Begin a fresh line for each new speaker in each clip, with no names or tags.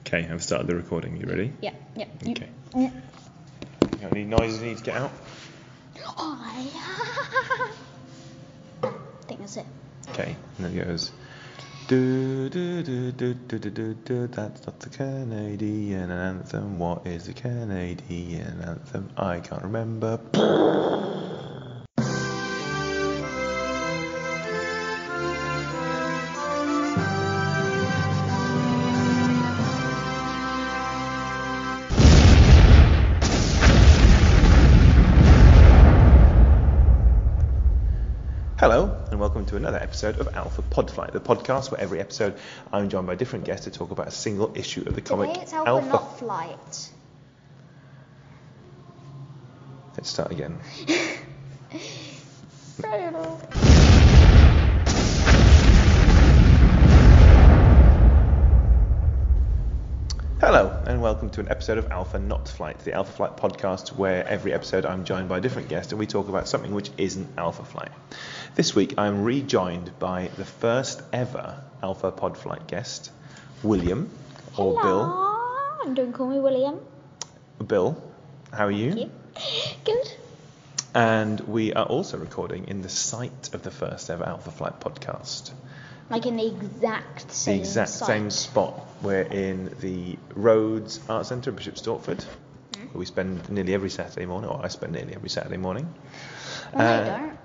Okay, I've started the recording. You ready?
Yeah, yeah. You-
Okay. You
Mm.
got any noises you need to get out?
Oh, yeah. I think that's it.
Okay. And then it goes. Do, do, do, do, do, do, do, do. That's not the Canadian anthem. What is the Canadian anthem? I can't remember. Hello, and welcome to another episode of Alpha Podflight, the podcast where every episode I'm joined by different guests to talk about a single issue of the comic
Today it's Alpha, not Flight.
Let's start again. Hello, and welcome to an episode of Alpha Not Flight, the Alpha Flight podcast, where every episode I'm joined by a different guest and we talk about something which isn't Alpha Flight. This week I'm rejoined by the first ever Alpha Pod Flight guest, William, or
Hello. Bill. Don't call me William.
Bill. Bill, how are you?
Thank you. Good.
And we are also recording in the site of the first ever Alpha Flight podcast.
Like in the exact
the
same
exact
site.
same spot. We're in the Rhodes Art Centre in Bishop Stortford.
Hmm?
where We spend nearly every Saturday morning, or I spend nearly every Saturday morning,
No, I
Uh,
don't.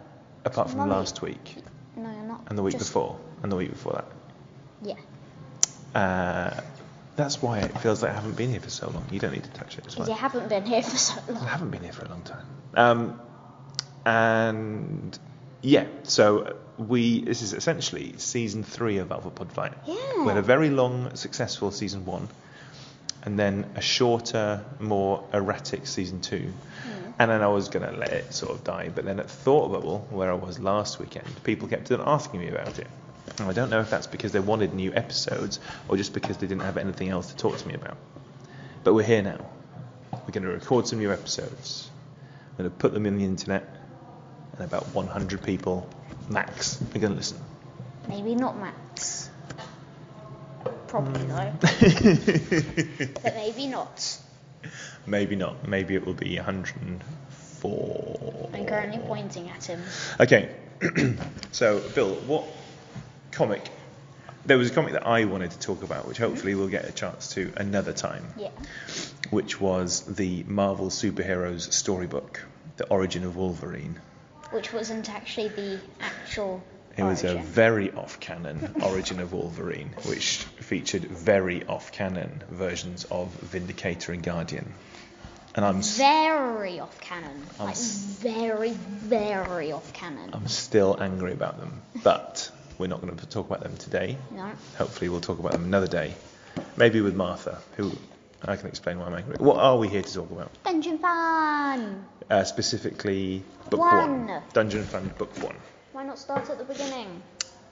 apart from
Mummy.
last week
No, you're not.
and the week
Just-
before and the week before
Yeah.
that. Uh, that's why it feels like I haven't been here for so long. You don't need to touch it. It's
Because
fine.
you haven't been here for so
I
long.
haven't been here for a long time. Um, and yeah, so we this is essentially season three of Alpha Pod Fight. We had a
Yeah.
very long, successful season one, and then a shorter, more erratic season two. And then I was going to let it sort of die. But then at Thought Bubble, where I was last weekend, people kept on asking me about it. And I don't know if that's because they wanted new episodes or just because they didn't have anything else to talk to me about. But we're here now. We're going to record some new episodes. I'm going to put them in the internet, and about 100 people max are going to listen.
Maybe not Max.
Hmm.
Probably though. but maybe not.
Maybe not. Maybe it will be 104.
I'm currently pointing at him.
Okay. so, Bill, what comic? There was a comic that I wanted to talk about, which
Mm-hmm.
hopefully we'll get a chance to another time,
Yeah.
which was the Marvel superheroes storybook, The Origin of Wolverine.
Which wasn't actually the actual.
It was a
origin.
very off canon Origin of Wolverine, which featured very off canon versions of Vindicator and Guardian. And I'm s-
very off canon.
I'm
Like
s-
very, very off canon.
I'm still angry about them, but we're not going to talk about them today.
No.
Hopefully, we'll talk about them another day. Maybe with Martha, who I can explain why I'm angry. What are we here to talk about?
Dungeon fun.
Uh, specifically, book one.
One.
Dungeon Fund, book one.
Why not start at the beginning,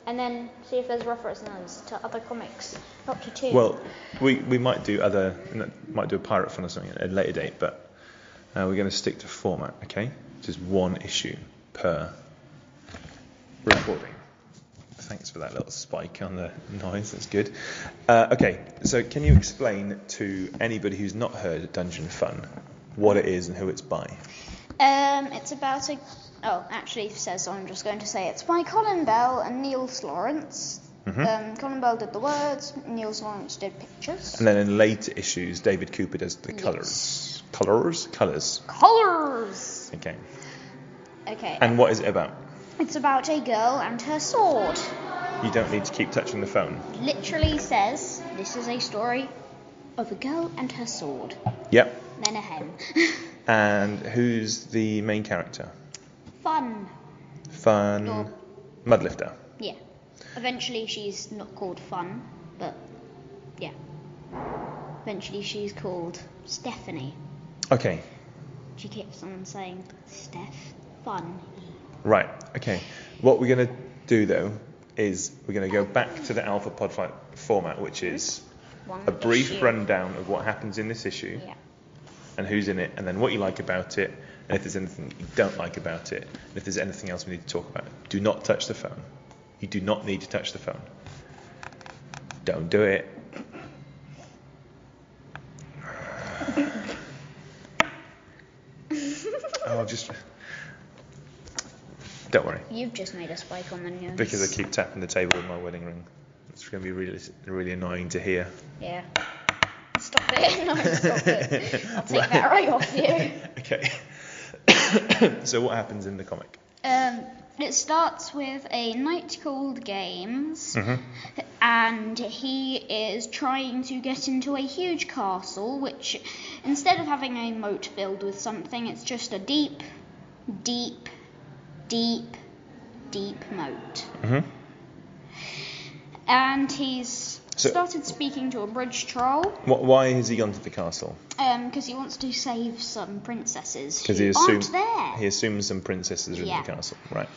and then see if there's references to other comics, not to two.
Well, we, we might do other, might do a pirate fund or something at a later date, but uh, we're going to stick to format, okay? Just one issue per recording. Thanks for that little spike on the noise. That's good. Uh, okay, so can you explain to anybody who's not heard Dungeon Fun what it is and who it's by?
Um, it's about a. Oh, actually, it says I'm just going to say it's by Colin Bell and Niels Lawrence.
Mm-hmm.
Um, Colin Bell did the words, Niels Lawrence did pictures.
And then in later issues, David Cooper does the colours. Colours? Colours.
Colors.
Okay.
Okay.
And what is it about?
It's about a girl and her sword.
You don't need to keep touching the phone.
Literally says this is a story of a girl and her sword.
Yep.
Then a hen.
And who's the main character?
Fun.
Fun.
Lord.
Mudlifter.
Yeah. Eventually, she's not called Fun, but yeah. Eventually, she's called Stephanie.
Okay.
She keeps on saying Steph Fun.
Right. Okay. What we're going to do though is we're going to go back to the Alpha Pod Flight format, which is
One
a brief
issue.
rundown of what happens in this issue
Yeah.
and who's in it, and then what you like about it, and if there's anything you don't like about it, and if there's anything else we need to talk about. Do not touch the phone. You do not need to touch the phone. Don't do it. Oh, just. Don't worry,
You've just made a spike on the news.
because I keep tapping the table with my wedding ring. It's going to be really, really annoying to hear.
Yeah. Stop it. No, stop it. I'll take that right off you.
Okay. so what happens in the comic?
Um, it starts with a knight called Games,
Mm-hmm.
and he is trying to get into a huge castle, which instead of having a moat filled with something, it's just a deep, deep, deep, deep moat.
Mm-hmm.
And he's
So-
started speaking to a bridge troll
Wh- why has he gone to the castle?
because he wants to save some princesses who
Because he
aren't
assumes
there
he assumes some princesses are
Yeah.
in the castle, right?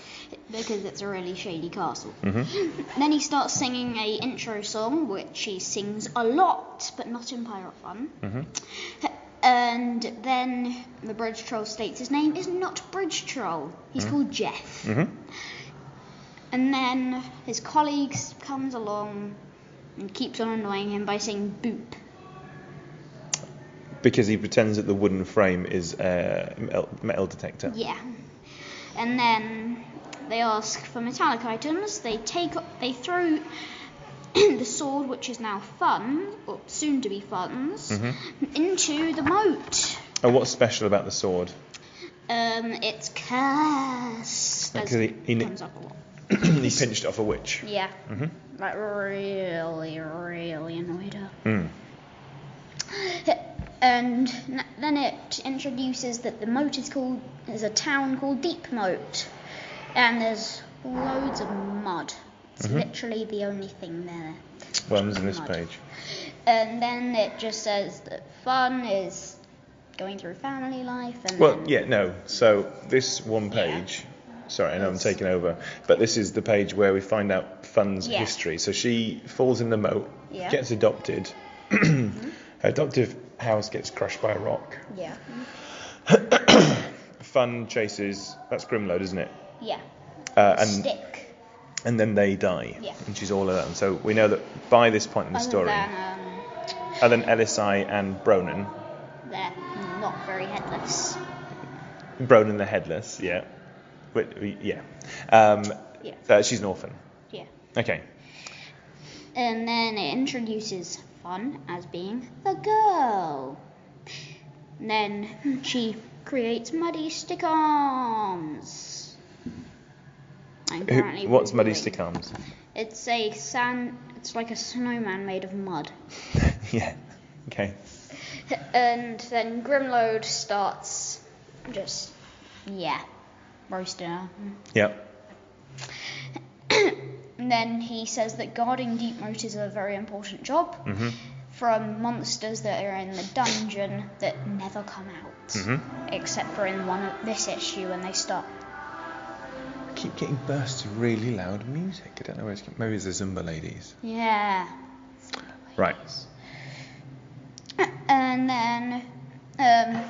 because it's a really shady castle.
Mm-hmm.
Then he starts singing a intro song, which he sings a lot, but not in Pirate Fun.
Mm-hmm.
And then the Bridge Troll states his name is not Bridge Troll. He's called Jeff.
Mm-hmm.
And then his colleagues comes along and keeps on annoying him by saying boop.
Because he pretends that the wooden frame is a metal, metal detector.
Yeah. And then they ask for metallic items. They take they throw the sword, which is now fun or soon to be fun's,
Mm-hmm.
into the moat.
And what's special about the sword?
Um, it's cursed.
Like,
as
'cause he- he kn-
comes up a lot.
he pinched off a witch.
Yeah.
Mm-hmm.
Like really, really annoyed her.
Mm.
And n- then it introduces that the moat is called there's a town called Deep Moat, and there's loads of mud. It's
Mm-hmm.
literally the only thing there.
Worms in this
Mud.
page.
And then it just says that fun is going through family life and
Well,
then,
yeah, no. So this one page. Sorry, I know I'm
Yes.
taking over, but this is the page where we find out Fun's
Yeah.
history. So she falls in the moat,
Yeah.
gets adopted. Her adoptive house gets crushed by a rock.
yeah,
Fun chases. That's Grimload, isn't it?
yeah,
Uh, and
stick.
and then they die.
Yeah.
And she's all alone. So we know that by this point in the
Other
story,
than um,
other than Elisai and Bronan,
they're not very headless.
Bronan the Headless, yeah, Wait, we- yeah, um,
Yeah,
uh, she's an orphan.
yeah.
Okay.
And then it introduces Fun as being the girl. Then she creates muddy stick arms. And
Who,
currently
what's Muddy
reviewing-
Stick Arms?
It's a sand. It's like a snowman made of mud.
yeah. Okay.
And then Grimload starts just yeah, roasting her.
Yep.
And then he says that guarding deep moat is a very important job.
Mhm.
from monsters that are in the dungeon that never come out,
Mhm.
except for in one this issue when they stop.
I keep getting bursts of really loud music. I don't know where it's com- maybe it's the Zumba ladies.
Yeah.
Right.
And then, um,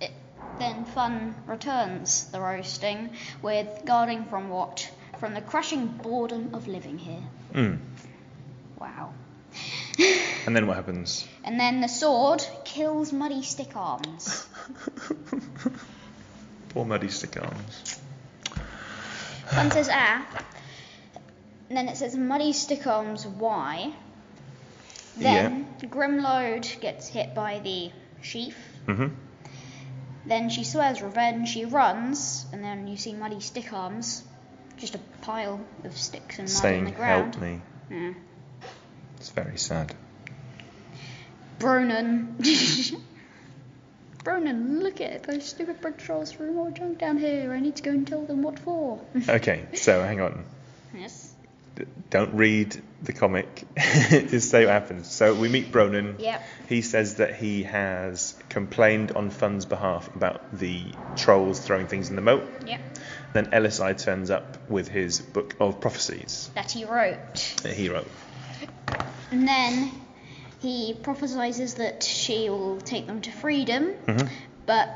it, then Fun returns the roasting with guarding from what? From the crushing boredom of living here.
Mm.
Wow.
And then what happens?
And then the sword kills Muddy Stick Arms.
Poor Muddy Stick Arms.
Fun says ah. And then it says Muddy Stickums Y. Then Grimload gets hit by the sheaf.
hmm
Then she swears revenge, she runs, and then you see Muddy Stickarms. Just a pile of sticks and mud on
Saying,
the
help
ground.
me.
Yeah.
It's very sad.
Bronan. Bronan, look at it. Those stupid bridge trolls threw more junk down here. I need to go and tell them what for.
Okay, so hang on.
yes.
D- Don't read the comic. Just say what happens. So we meet Bronan.
Yep.
He says that he has complained on Fun's behalf about the trolls throwing things in the moat.
Yep.
Then LSI turns up with his book of prophecies
That he wrote.
that he wrote.
And then he prophesizes that she will take them to freedom,
Mhm.
but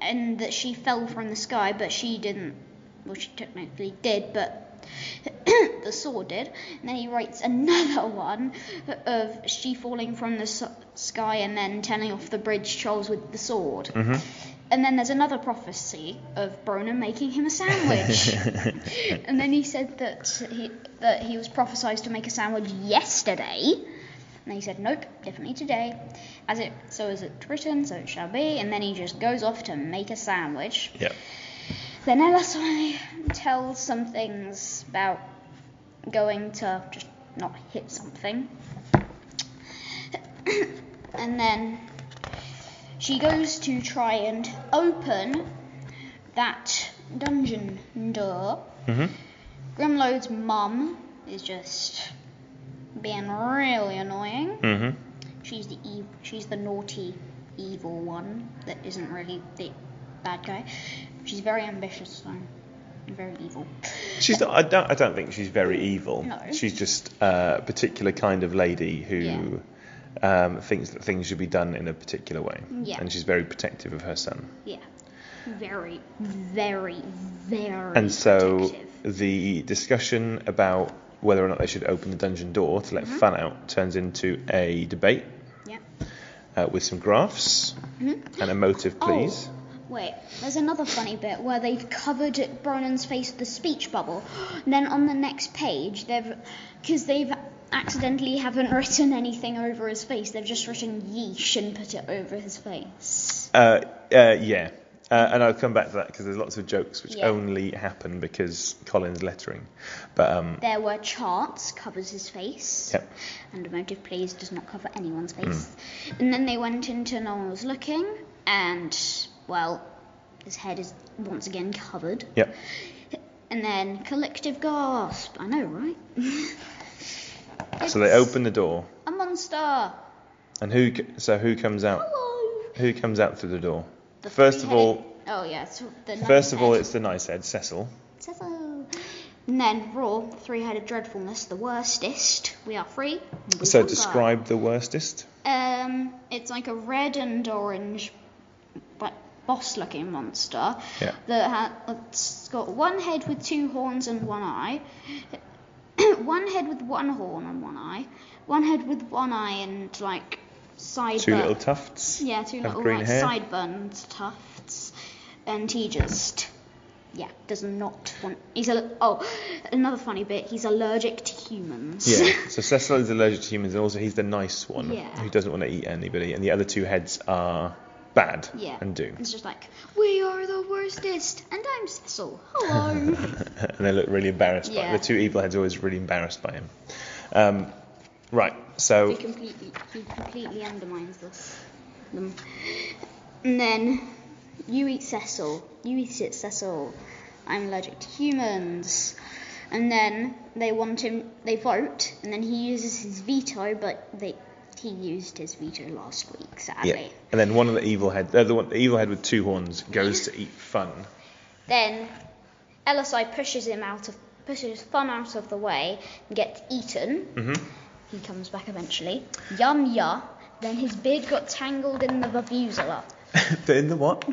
and that she fell from the sky, but she didn't. Well, she technically did, but the sword did. And then he writes another one of she falling from the s sky and then turning off the bridge trolls with the sword.
Mhm.
And then there's another prophecy of Bronan making him a sandwich. and then he said that he that he was prophesied to make a sandwich yesterday. And he said, Nope, definitely today. As it so is it written, so it shall be. And then he just goes off to make a sandwich.
Yep.
Then LSI tells some things about going to just not hit something. and then she goes to try and open that dungeon door.
Mm-hmm.
Grimlode's mum is just being really annoying.
Mm-hmm.
She's the ev- she's the naughty, evil one that isn't really the bad guy. She's very ambitious though, and very evil.
She's not, I don't I don't think she's very evil.
No.
She's just a particular kind of lady who um, thinks that things should be done in a particular way.
Yeah.
And she's very protective of her son.
Yeah, very, very, very.
And so
protective.
the discussion about whether or not they should open the dungeon door to let
Mm-hmm.
fun out turns into a debate
Yeah.
uh, with some graphs
Mhm.
and a motive, please.
Wait, there's another funny bit where they've covered Bronan's face with a speech bubble. And then on the next page, they've, because they've accidentally haven't written anything over his face, they've just written yeesh and put it over his face.
Uh, uh, yeah. Uh, and I'll come back to that because there's lots of jokes which
Yeah.
only happen because Colin's lettering. But um,
There were charts, covers his face.
Yep.
And emotive plays does not cover anyone's face. And then they went into No One Was Looking, and, well, his head is once again covered.
yeah.
And then collective gasp. I know, right?
So they
It's
open the door,
A monster.
and who? c- So who comes out?
Hello.
Who comes out through the door?
The
First of all,
three-headed- Oh yeah. It's the
first of all,
nine-headed
it's the nice head Cecil.
Cecil. And then raw three-headed dreadfulness, the worstest. We are free. and we
So
hunger.
describe the worstest.
Um, it's like a red and orange, like boss-looking monster.
Yeah.
that ha- it's got one head with two horns and one eye, one head with one horn and one eye, one head with one eye and like sideburns.
Two little tufts.
yeah, two
of
little
green
like
hair.
sideburns tufts, and he just yeah does not want. He's a oh another funny bit. He's allergic to humans.
Yeah. So Cecil is allergic to humans, and also he's the nice one
Yeah.
who doesn't want to eat anybody, and the other two heads are bad
Yeah.
and do,
It's just like, we are the worstest, and I'm Cecil. Hello.
and they look really embarrassed by
Yeah.
the two evil heads. Are always really embarrassed by him. Um, right.
He
So
completely, he completely undermines this. Them. And then you eat Cecil. You eat it, Cecil. I'm allergic to humans. And then they want him. They vote, and then he uses his veto. But they, he used his veto last week, sadly.
yeah. And then one of the evil head, uh, the, one, the evil head with two horns, goes to eat fun.
Then LSI pushes him out of pushes Fun out of the way and gets eaten.
Mm-hmm.
He comes back eventually. Yum ya. Then his beard got tangled in the vavuzela.
the, in the what?
The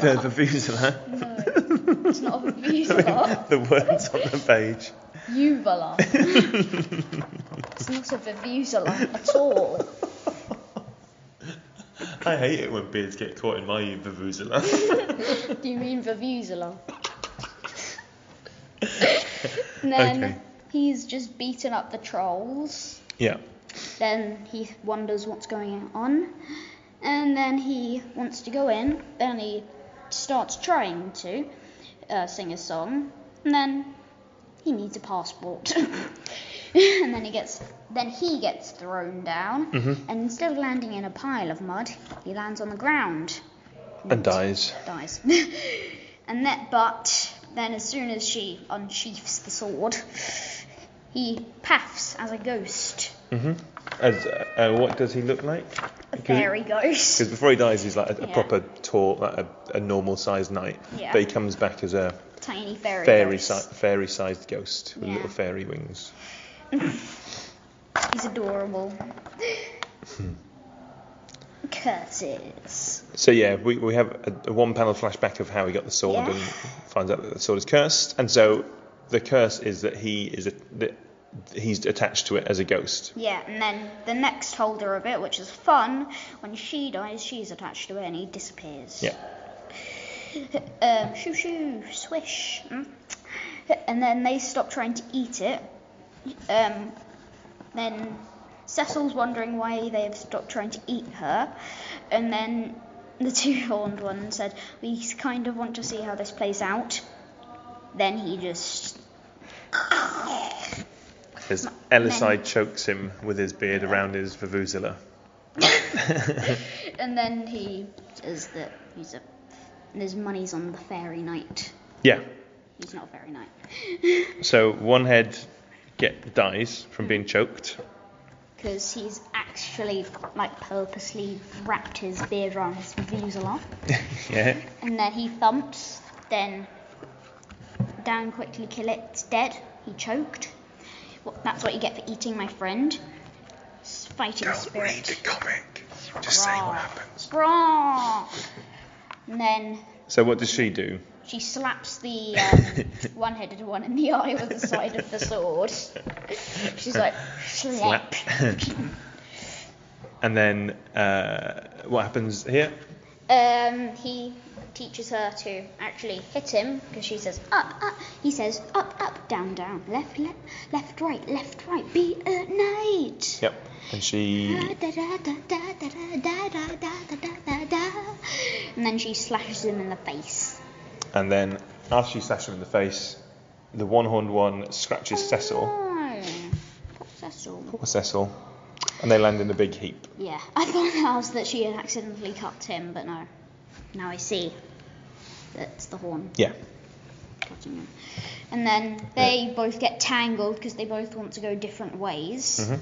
The vuvuzela.
No, it's not a vavuzela.
the words on the page.
Uvala. it's not a vavuzela at all.
I hate it when beards get caught in my vuvuzela.
Do you mean vavuzela? And then
Okay.
he's just beaten up the trolls.
yeah.
Then he wonders what's going on. And then he wants to go in. Then he starts trying to uh, sing a song. And then he needs a passport. and then he gets then he gets thrown down. And instead of landing in a pile of mud, he lands on the ground.
And dies.
Dies. and that but then as soon as she unsheaths the sword, he paffs as a ghost.
hmm As, uh, uh, what does he look like?
A fairy ghost.
Because before he dies, he's like a, a
Yeah.
proper tall, like a, a normal sized knight.
Yeah.
But he comes back as a
Tiny fairy.
fairy, si-
ghost.
fairy sized ghost with
Yeah.
little fairy wings.
He's adorable.
Hmm.
Curses.
So yeah, we, we have a, a one panel flashback of how he got the sword
Yeah.
and finds out that the sword is cursed, and so the curse is that he is a, that he's attached to it as a ghost.
Yeah, and then the next holder of it, which is fun, when she dies, she's attached to it and he disappears.
Yeah,
um, shoo shoo, swish. mm. And then they stop trying to eat it. Um, then Cecil's wondering why they have stopped trying to eat her. And then the two horned one said, We kind of want to see how this plays out. Then he just.
As Eliside chokes him with his beard around his vuvuzela.
And then he says that he's a. His money's on the fairy knight.
Yeah.
He's not a fairy knight.
So one head get dies from
Hmm.
being choked.
Because he's actually, like, purposely wrapped his beard around his vuvuzela.
Yeah.
And then he thumps, then down quickly kill it, it's dead. He choked. Well, that's what you get for eating my friend. S- Fighting spirit.
comic.
Just say what Rah. happens. Brah! And then
So what does she do?
she slaps the um, one headed one in the eye with the side of the sword. She's like,
Slap.
slap.
and then uh, what happens here?
Um, he teaches her to actually hit him because she says up, up. He says up, up, down, down, left, left, left, right, left, right. Be a knight.
Yep. And she
And then she slashes him in the face.
and then after she slashes him in the face, the one horned one scratches Cecil.
No. Oh. Poor Cecil.
Poor Cecil. And they land in a big heap.
Yeah, I thought that was that she had accidentally cut him, but no. Now I see. That's the horn.
Yeah.
cutting him. And then they both get tangled because they both want to go different ways.
hmm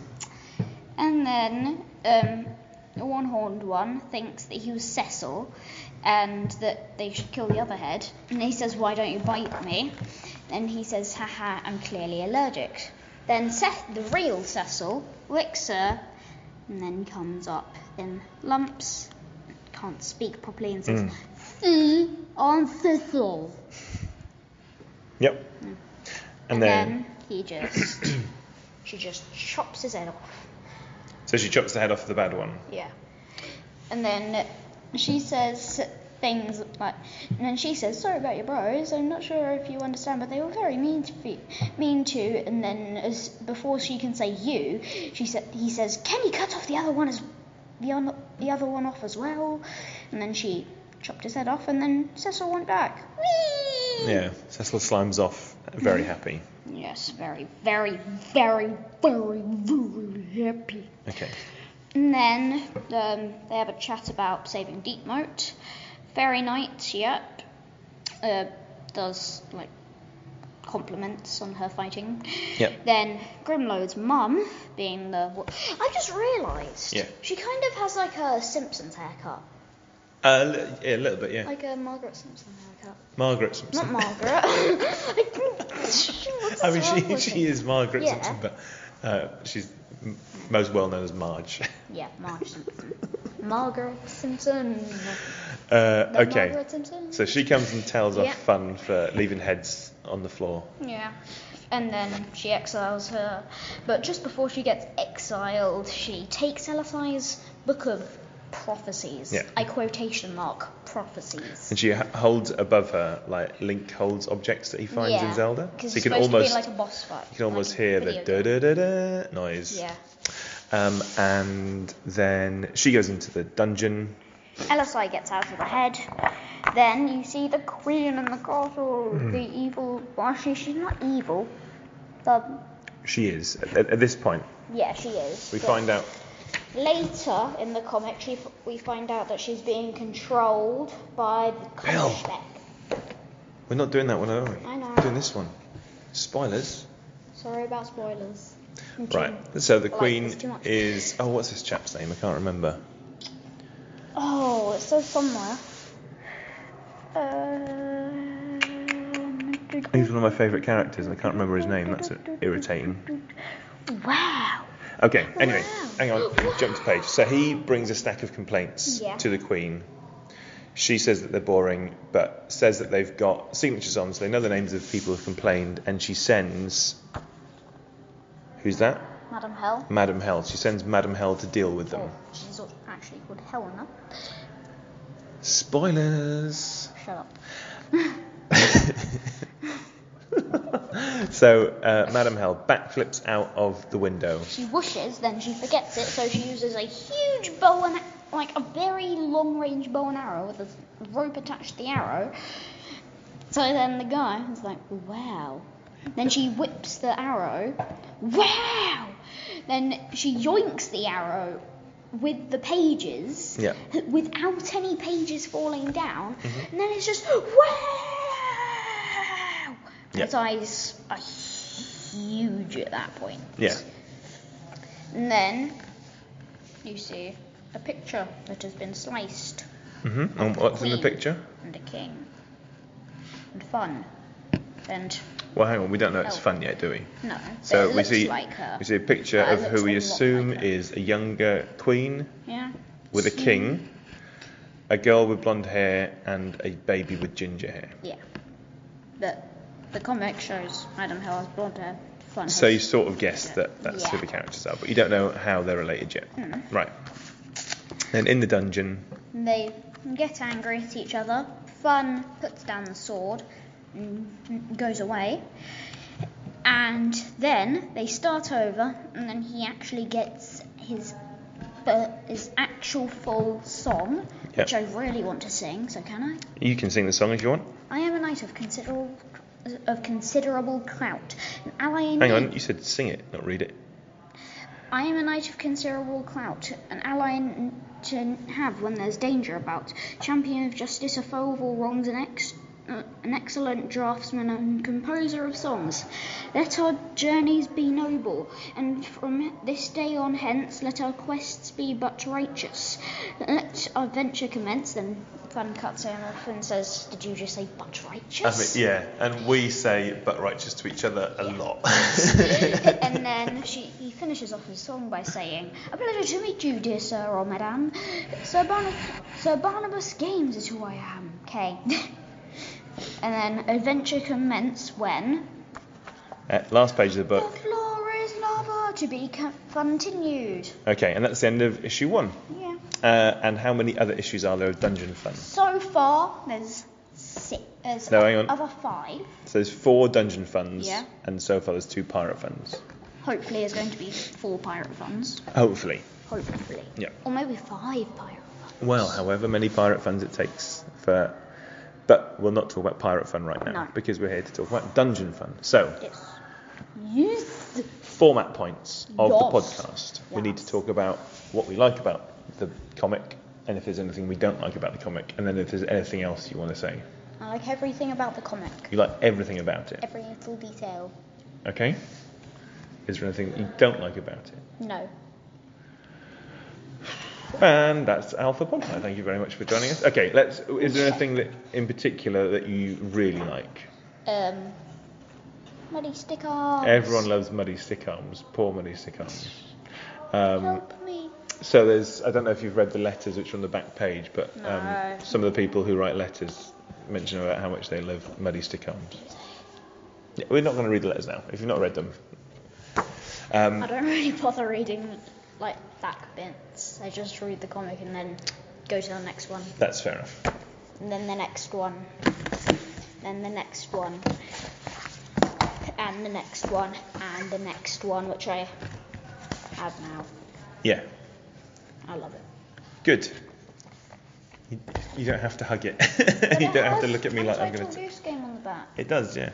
And then um, the one horned one thinks that he was Cecil and that they should kill the other head. And he says, Why don't you bite me? And he says, Haha, I'm clearly allergic. Then Seth, the real Cecil licks her and then comes up in lumps, can't speak properly, and says,
Mm.
See, I'm Cecil.
Yep. Hmm. And, then,
he just she just chops his head off.
so she chops the head off of the bad one.
Yeah. And then she says things like, and then she says, "Sorry about your bros. I'm not sure if you understand, but they were very mean to you, mean to." And then as before she can say "you," she said he says, "Can you cut off the other one as the on, the other one off as well?" And then she chopped his head off, and then Cecil went back. Whee!
Yeah. Cecil slimes off very happy.
Yes, very, very, very, very, very happy.
Okay.
And then um, they have a chat about saving Deep Moat. Fairy Knight, yep, uh, does like compliments on her fighting.
Yep.
Then Grimlode's mum, being the. I just realised.
Yeah.
She kind of has like a Simpsons haircut,
Uh, li- yeah, a little bit, yeah.
like a Margaret Simpson haircut.
Margaret Simpson.
Not Margaret. What's
I mean,
wrong
she,
with
she
me?
is Margaret
Yeah.
Simpson, but uh, she's m- most well known as Marge.
Yeah, Marge Simpson. Margaret Simpson.
Uh,
The
okay,
Margaret Simpson.
so she comes and tells
Yeah.
off fun for leaving heads on the floor.
Yeah. And then she exiles her. But just before she gets exiled, she takes Eliphaz's book of prophecies.
Yeah.
I quotation mark prophecies.
And she h- holds above her, like Link holds objects that he finds in Zelda.
Because
So
it's
you can
supposed
almost,
to be like a boss fight.
you can almost
like a
hear the
video
da
game.
da da da noise.
Yeah.
Um, and then she goes into the dungeon.
Elisai gets out of the head. Then you see the queen and the castle,
Hmm.
the evil. Well, actually, she's not evil. The
She is at, at this point.
yeah, she is.
We
but-
find out
Later in the comic, she, f- we find out that she's being controlled by the
Bill.
Koshbek.
we're not doing that one, are we?
I know.
We're doing this one. Spoilers.
Sorry about spoilers. I'm too-
Right. So the
Like,
queen
it's too much.
is. Oh, what's this chap's name? I can't remember.
Oh, it says somewhere. Uh,
He's one of my favourite characters, and I can't remember his name. That's irritating.
Wow.
Okay. Anyway,
Oh, Wow.
hang on. Jump to page. So he brings a stack of complaints
Yeah.
to the queen. She says that they're boring, but says that they've got signatures on, so they know the names of people who've complained. And she sends. Who's that?
Madam Hell.
Madam Hell. She sends Madam Hell to deal with them.
Oh, she's actually called Helena.
Spoilers.
shut up.
So uh, Madam Hell backflips out of the window.
She wishes, then she forgets it, so she uses a huge bow and like a very long range bow and arrow with a rope attached to the arrow. So then the guy was like, wow. Then she whips the arrow, wow. Then she yoinks the arrow with the pages,
Yeah. Mm-hmm.
without any pages falling down, and then it's just wow.
Yeah.
His eyes are huge at that point.
Yeah.
And then you see a picture that has been sliced
hmm And what's in the
Queen.
picture?
and a king and fun and
Well, hang on, we don't know it's
Oh.
fun yet, do we?
no.
So
but it
we
looks
see
like her.
we see a picture
But it
of
looks
who
a
we
lot
assume
like her.
is a younger queen
yeah. Mm.
with a
She-
king, a girl with blonde hair, and a baby with ginger hair.
Yeah. But the comic shows Adam Hill has blonde hair. Fun.
So
has-
you sort of guessed that that's who
Yeah. Hmm.
the characters are, but you don't know how they're related yet. Right. Then in the dungeon,
And They get angry at each other. Fun puts down the sword and goes away. And then they start over, and then he actually gets his uh, his actual full song,
Yep.
which I really want to sing. So can
you can sing the song if you want.
I? I am a knight of considerable of considerable clout. An ally in
Hang
need-
on, you said sing it, not read it.
I am a knight of considerable clout, an ally n- to have when there's danger about, champion of justice, a foe of all wrongs, an, ex- uh, an excellent draftsman and composer of songs. Let our journeys be noble, and from this day on hence, let our quests be but righteous. Let our venture commence. Then Fun cuts him off and says, Did you just say but righteous?
yeah, and we say but righteous to each other a lot.
and then she, he finishes off his song by saying, A pleasure to meet you, dear sir or madame. Sir, Barna- sir Barnabas Games is who I am. Okay. and then adventure commence when
Uh, last page of the
the
book.
floor is lava to be co- continued.
Okay, and that's the end of issue one.
Yeah.
Uh, and how many other issues are there of Dungeon Fun?
So far, there's six. There's
No, hang on.
other five.
So there's four Dungeon Funds,
Yeah.
and so far there's two Pirate Funds.
Hopefully, there's going to be four pirate funds.
Hopefully.
Hopefully.
Yeah.
Or maybe five pirate funds.
Well, however many Pirate Funds it takes for. But we'll not talk about Pirate Fun right now
No.
because we're here to talk about Dungeon Fun. So,
Yes. Yes.
format points of the
Yes.
podcast. We need to
Yes.
talk about what we like about the comic and if there's anything we don't like about the comic and then if there's anything else you want to say.
I like everything about the comic.
You like everything about it,
Every little detail.
okay? Is there anything that you don't like about it?
No.
And that's Alpha Bonfire. Thank you very much for joining us. Okay, let's. Is there anything that in particular that you really like?
Um. Muddy stick arms.
Everyone loves muddy stick arms. Poor muddy stick arms. Um,
Help me.
so there's. I don't know if you've read the letters which are on the back page, but um,
No.
some of the people who write letters mention about how much they love muddy stick arms. Yeah, we're not going to read the letters now. If you've not read them. Um,
I don't really bother reading like back bits. I just read the comic and then go to the next one,
that's fair enough.
and then the next one, then the next one, and the next one, and the next one, which I have now.
Yeah,
I love it.
good. You, you don't have to hug it. you don't have to look at me like I'm going to.
Goose game on the back.
It does, yeah.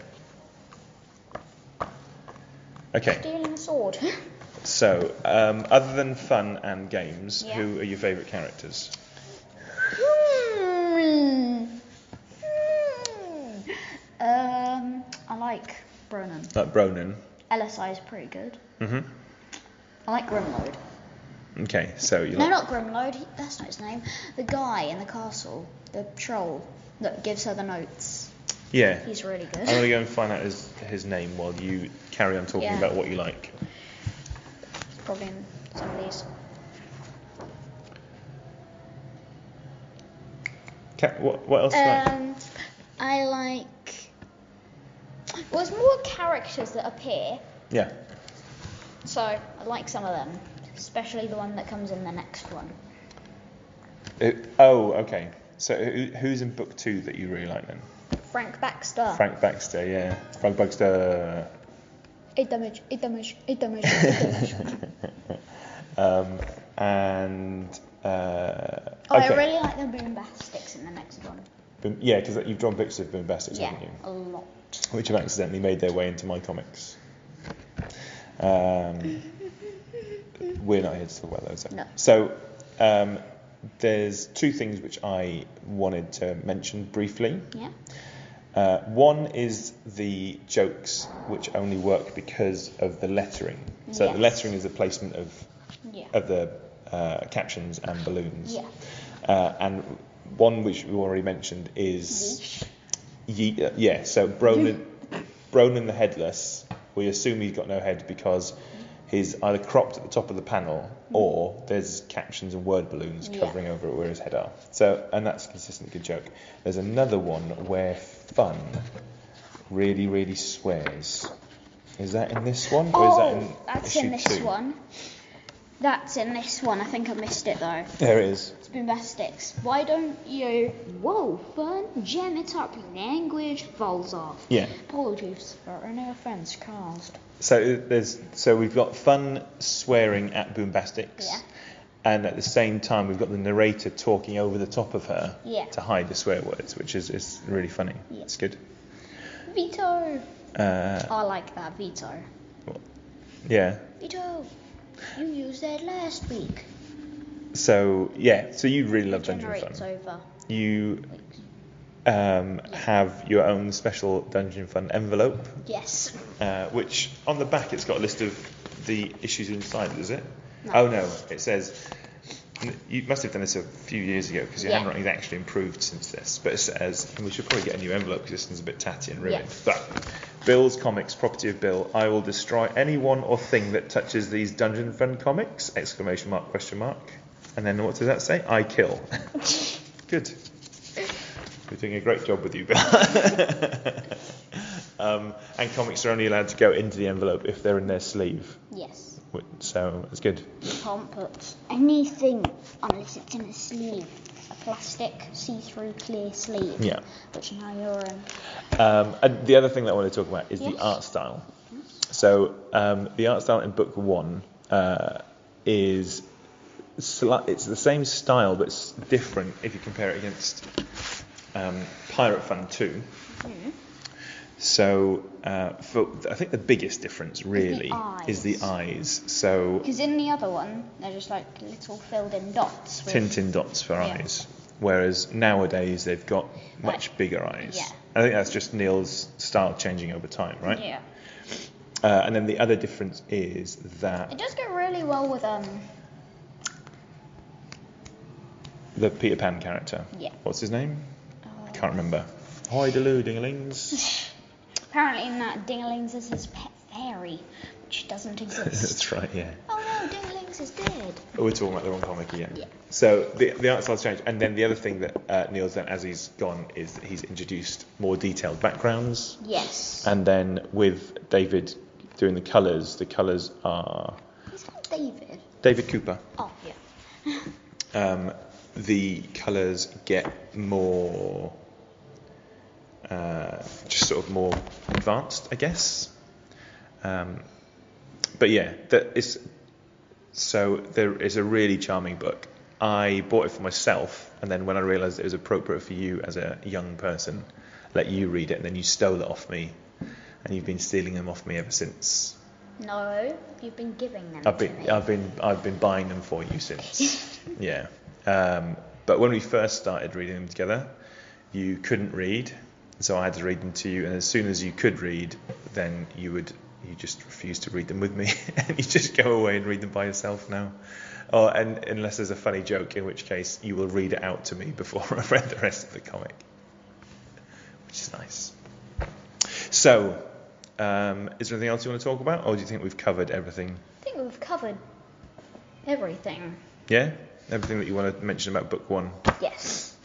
Okay,
Stealing a sword.
so um, other than fun and games,
Yeah.
who are your favourite characters?
Um, Hmm. Um, I like Bronan.
Like Bronan.
LSI is pretty good.
hmm
I like Grimlode.
Okay, so you
No,
like.
not Grimlode. he- That's not his name. The guy in the castle, the troll that gives her the notes.
Yeah.
He's really
I'm going to
good.
go and find out his, his name while you carry on talking
Yeah.
about what you like.
Probably in some of these.
Ca- what, what else do you like?
Um, I like. Well, there's more characters that appear,
Yeah.
so I like some of them, especially the one that comes in the next one.
It- oh, okay. So who, who's in book two that you really like then?
Frank Baxter.
Frank Baxter, yeah. Frank Baxter.
Eight damage, eight damage, eight damage,
Oh,
eight damage.
Um, and uh,
Oh,
okay.
I really like the boombastics in the next one.
Boom- yeah, because you've drawn pictures of Boombastics,
yeah,
haven't you?
a lot.
Which have accidentally made their way into my comics. Um, we're not here to talk about those. though.
No.
So um, there's two things which I wanted to mention briefly.
Yeah.
Uh, one is the jokes which only work because of the lettering. So
Yes.
the lettering is the placement of,
Yeah.
of the uh, captions and balloons.
Yeah.
Uh, and one which we already mentioned is
Yeesh.
Ye- uh, yeah. So Bronan, Bronan the headless. We assume he's got no head because he's either cropped at the top of the panel or there's captions and word balloons
Mm-hmm. Yeah.
covering over it where his head are. So and that's a consistent good joke. There's another one where fun really really swears. Is that in this one or is that in
Oh, that's in
issue
this
two?
one. That's in this one. I think I missed it though.
There it is.
It's boombastics. Why don't you? Whoa, fun, jam it up, language falls off.
Yeah.
Apologies.
Or any offense caused.
So there's so we've got fun swearing at Boombastics,
Yeah.
and at the same time we've got the narrator talking over the top of her
Yeah.
to hide the swear words, which is, is really funny.
Yeah.
It's good.
Veto.
Uh,
I like that veto.
yeah.
Veto. You used it last week.
So yeah. So you really love Dungeon
Generate's
Fun.
over.
You um, have your own special Dungeon Fun envelope,
Yes.
uh, which on the back it's got a list of the issues inside, does it?
No.
Oh no, it says. You must have done this a few years ago because your
Yeah.
handwriting's actually improved since this. But it says, and we should probably get a new envelope because this one's a bit tatty and ruined. But Bill's comics, property of Bill. I will destroy anyone or thing that touches these Dungeon Fun comics! Exclamation mark? Question mark? And then what does that say? I kill. Good. We're doing a great job with you, Bill. um, and comics are only allowed to go into the envelope if they're in their sleeve.
Yes.
Wh- So it's good.
You can't put anything unless it's in a sleeve. A plastic, see-through, clear sleeve.
Yeah.
Which now you're in.
Um, and the other thing that I want to talk about is the
Yes.
art style. So um, the art style in book one uh, is sli- it's the same style but it's different if you compare it against um, Pirate Fund two.
um,
So uh, for, I think the biggest difference really is the
eyes.
eyes. So
Because in the other one, they're just like little filled-in dots. With,
Tintin dots for
Yeah.
eyes, whereas nowadays they've got much
Like-
bigger eyes.
yeah.
I think that's just Neil's style changing over time, right?
Yeah.
Uh, and then the other difference is that
It does go really well with um.
the Peter Pan character.
Yeah.
What's his name?
uh,
I can't remember. Hoi deloo dinglings.
Apparently, in that, Dinglings is his pet fairy, which doesn't exist.
That's right. Yeah.
oh no, Dinglings is dead.
Oh, we're talking about the wrong comic again.
Yeah.
So the the art style's changed, and then the other thing that uh, Neil's done as he's gone is that he's introduced more detailed backgrounds,
Yes.
and then with David doing the colours, the colours are
He's not David.
David Cooper.
Oh yeah.
um, the colours get more, uh, just sort of more advanced, I guess. Um, but yeah, that is. So there is a really charming book. I bought it for myself, and then when I realised it was appropriate for you as a young person, let you read it, and then you stole it off me, and you've been stealing them off me ever since.
No, you've been giving them.
I've
to
been,
me.
I've been, I've been buying them for you since. yeah. Um, but when we first started reading them together, you couldn't read, so I had to read them to you. And as soon as you could read, then you would, you just refuse to read them with me, and you just go away and read them by yourself now. Or and unless there's a funny joke, in which case you will read it out to me before I've read the rest of the comic, which is nice. So. Um, is there anything else you want to talk about, or do you think we've covered everything
I think we've covered everything.
Yeah, everything that you want to mention about book one.
Yes.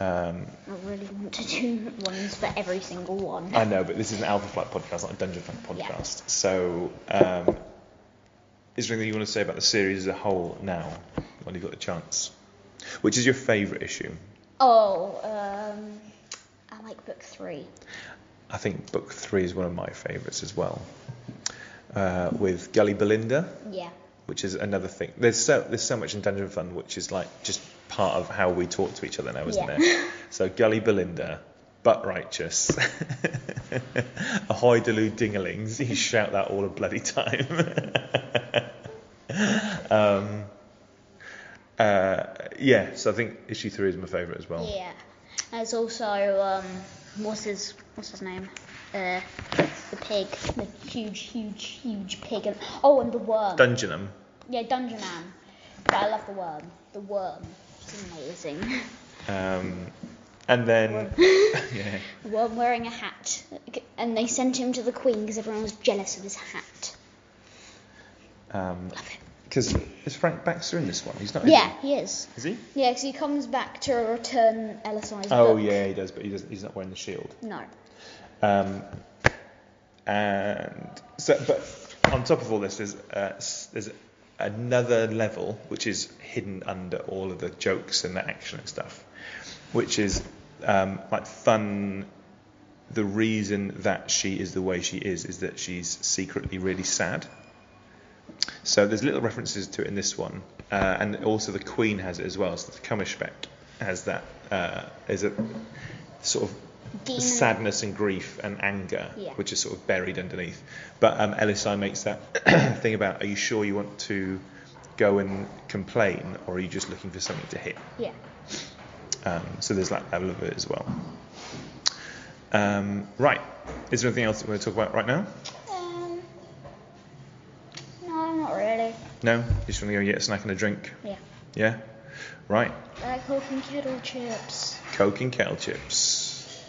Um,
I really want to do ones for every single one.
I know, but this is an Alpha Flight podcast, not a Dungeon Flight
Yeah.
podcast. So, um, is there anything you want to say about the series as a whole now, when you've got the chance? Which is your favourite issue?
Oh, um, I like book three.
I think book three is one of my favourites as well. Uh, with Gully Belinda,
Yeah.
which is another thing. There's so there's so much in Dungeon Fun, which is like just part of how we talk to each other now, isn't
Yeah.
there? So Gully Belinda, butt righteous, ahoy daloo dinglings. You shout that all the bloody time. um, uh, yeah, so I think issue three is my favourite as well.
Yeah. There's also um, what's his what's his name? Uh, the pig, the huge, huge, huge pig, and oh, and the worm.
Dungenum.
yeah, Dungeon Man. But I love the worm. The worm. It's amazing.
Um, and then, yeah,
The worm wearing a hat, and they sent him to the queen because everyone was jealous of his hat. Love it.
because um, is Frank Baxter in this one? He's not. is
Yeah, he is.
he? Is he?
Yeah, because he comes back to return Ellison's
Oh
book.
yeah, he does, but he doesn't. He's not wearing the shield.
No.
Um, and so, but on top of all this, there's uh, s- there's another level which is hidden under all of the jokes and the action and stuff, which is um, like fun. The reason that she is the way she is is that she's secretly really sad. So there's little references to it in this one, uh, and also the Queen has it as well. So the Kummerspeck has that. Uh, is a sort of
Demon.
sadness and grief and anger,
Yeah.
which is sort of buried underneath. But um, LSI makes that thing about, are you sure you want to go and complain, or are you just looking for something to hit?
Yeah.
Um, so there's that level of it as well. Um, right. Is there anything else that we're going to talk about right now?
Um. No, not really.
No? You just want to go get a snack and a drink?
Yeah.
Yeah? Right.
I like Hawking kettle chips.
Coke and kettle chips.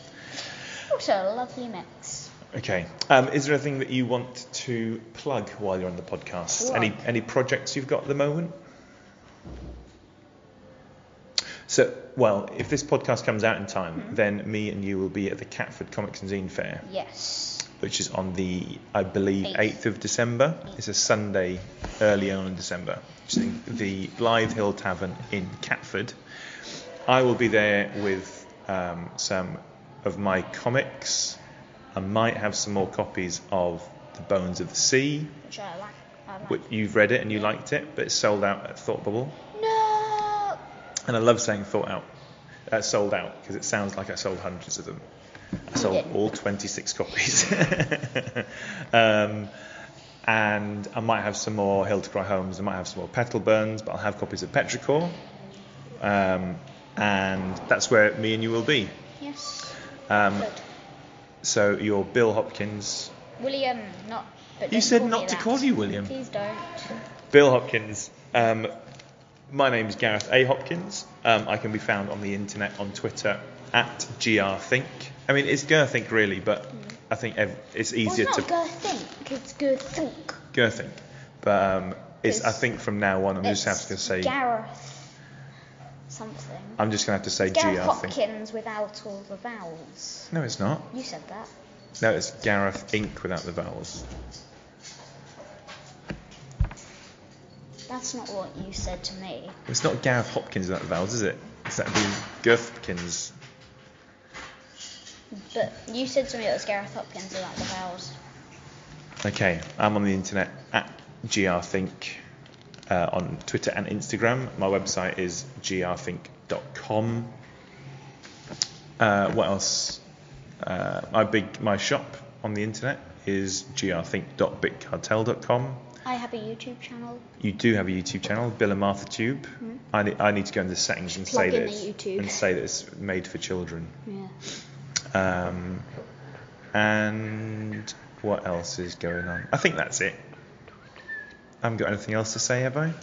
Also a lovely mix.
Okay. Um, is there anything that you want to plug while you're on the podcast? Any
Plug.
any projects you've got at the moment? So, well, if this podcast comes out in time, then me and you will be at the Catford Comics and Zine Fair,
Yes.
which is on the, I believe,
Eighth.
8th of December. It's a Sunday early on in December. Which is in the Blythe Hill Tavern in Catford. I will be there with um, some of my comics. I might have some more copies of The Bones of the Sea,
Which I like. I like.
which you've read it and you liked it, but it's sold out at Thought Bubble.
No.
And I love saying thought out, uh, sold out, because it sounds like I sold hundreds of them. I sold
didn't.
all 26 copies. um, and I might have some more Hill to Cry Homes, I might have some more Petal Burns, but I'll have copies of Petrichor. Um, and that's where me and you will be.
Yes.
Um,
Good.
so you're Bill Hopkins.
William, not. But
You
don't
said
call
not
me
to
that.
call you William.
Please don't.
Bill Hopkins. Um, my name's Gareth A. Hopkins. Um, I can be found on the internet on Twitter at grthink. I mean, it's grthink really, but I think ev- it's
Well,
easier
it's not
to
go think. It's go think.
grthink. But um, it's, I
It's-
think from now on, I'm just have to
It's
say
Gareth. Something.
I'm just gonna have to say
Gareth
grthink.
Hopkins without all the vowels.
No, it's not.
You said that.
No, it's Gareth Inc. without the vowels.
That's not what you said to me.
It's not Gareth Hopkins without the vowels, is it? It's that be Gerthkins.
But you said to me it was Gareth Hopkins without the vowels.
Okay, I'm on the internet at grthink uh, on Twitter and Instagram. My website is grthink.com. Uh, what else? Uh, my big my shop on the internet is grthink.bitcartel.com.
I have a YouTube channel.
You do have a YouTube channel, Bill and Martha Tube. I, need, I need to go into the settings and say
Mm-hmm. Plug in
that
the
it's-
YouTube.
and say that it's made for children.
Yeah.
Um, and what else is going on? I think that's it. I haven't got anything else to say, have I?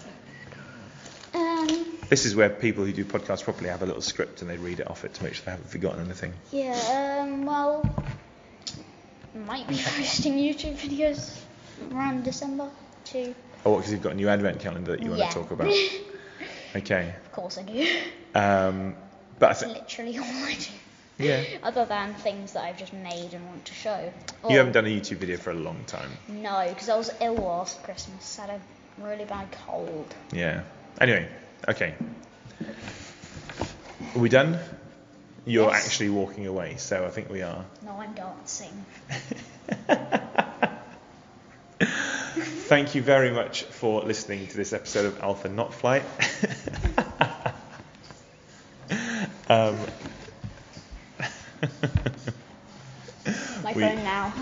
Um.
This is where people who do podcasts properly have a little script and they read it off it to make sure they haven't forgotten anything.
Yeah. Um. Well. Might be posting YouTube videos around December too.
Oh, because you've got a new advent calendar that you want
Yeah.
to talk about. Okay.
Of course I do.
Um, but I think,
Literally all I do.
yeah,
Other than things that I've just made and want to show. Oh,
you haven't done a YouTube video for a long time.
No, because I was ill last Christmas. I had a really bad cold.
Yeah. Anyway, okay. Are we done? you're
Yes.
actually walking away. So I think we are.
No, I'm dancing.
Thank you very much for listening to this episode of Alpha Not Flight. um,
My
We-
phone now.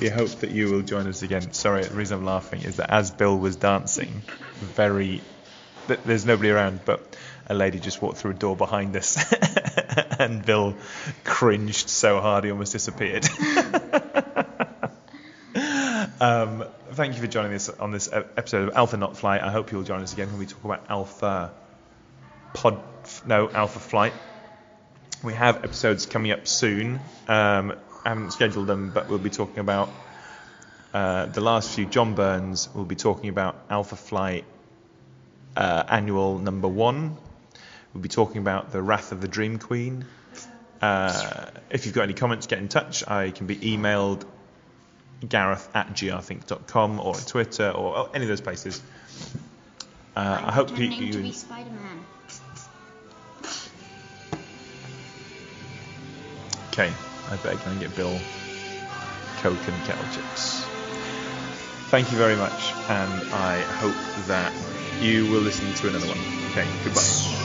we hope that you will join us again. Sorry, the reason I'm laughing is that as Bill was dancing, very th- there's nobody around, but a lady just walked through a door behind us, and Bill cringed so hard he almost disappeared. um, thank you for joining us on this e- episode of Alpha Not Flight. I hope you'll join us again when we talk about Alpha Pod. No, Alpha Flight. We have episodes coming up soon. Um, I haven't scheduled them, but we'll be talking about uh, the last few. John Burns will be talking about Alpha Flight uh, annual number one. We'll be talking about the Wrath of the Dream Queen. Uh, if you've got any comments, get in touch. I can be emailed gareth at grthink.com or on Twitter or oh, any of those places. Uh,
I'm
I hope you,
pretending to
you
be Spider-Man.
Okay, I better go and get Bill Coke and kettle chips. Thank you very much, and I hope that you will listen to another one. Okay, goodbye.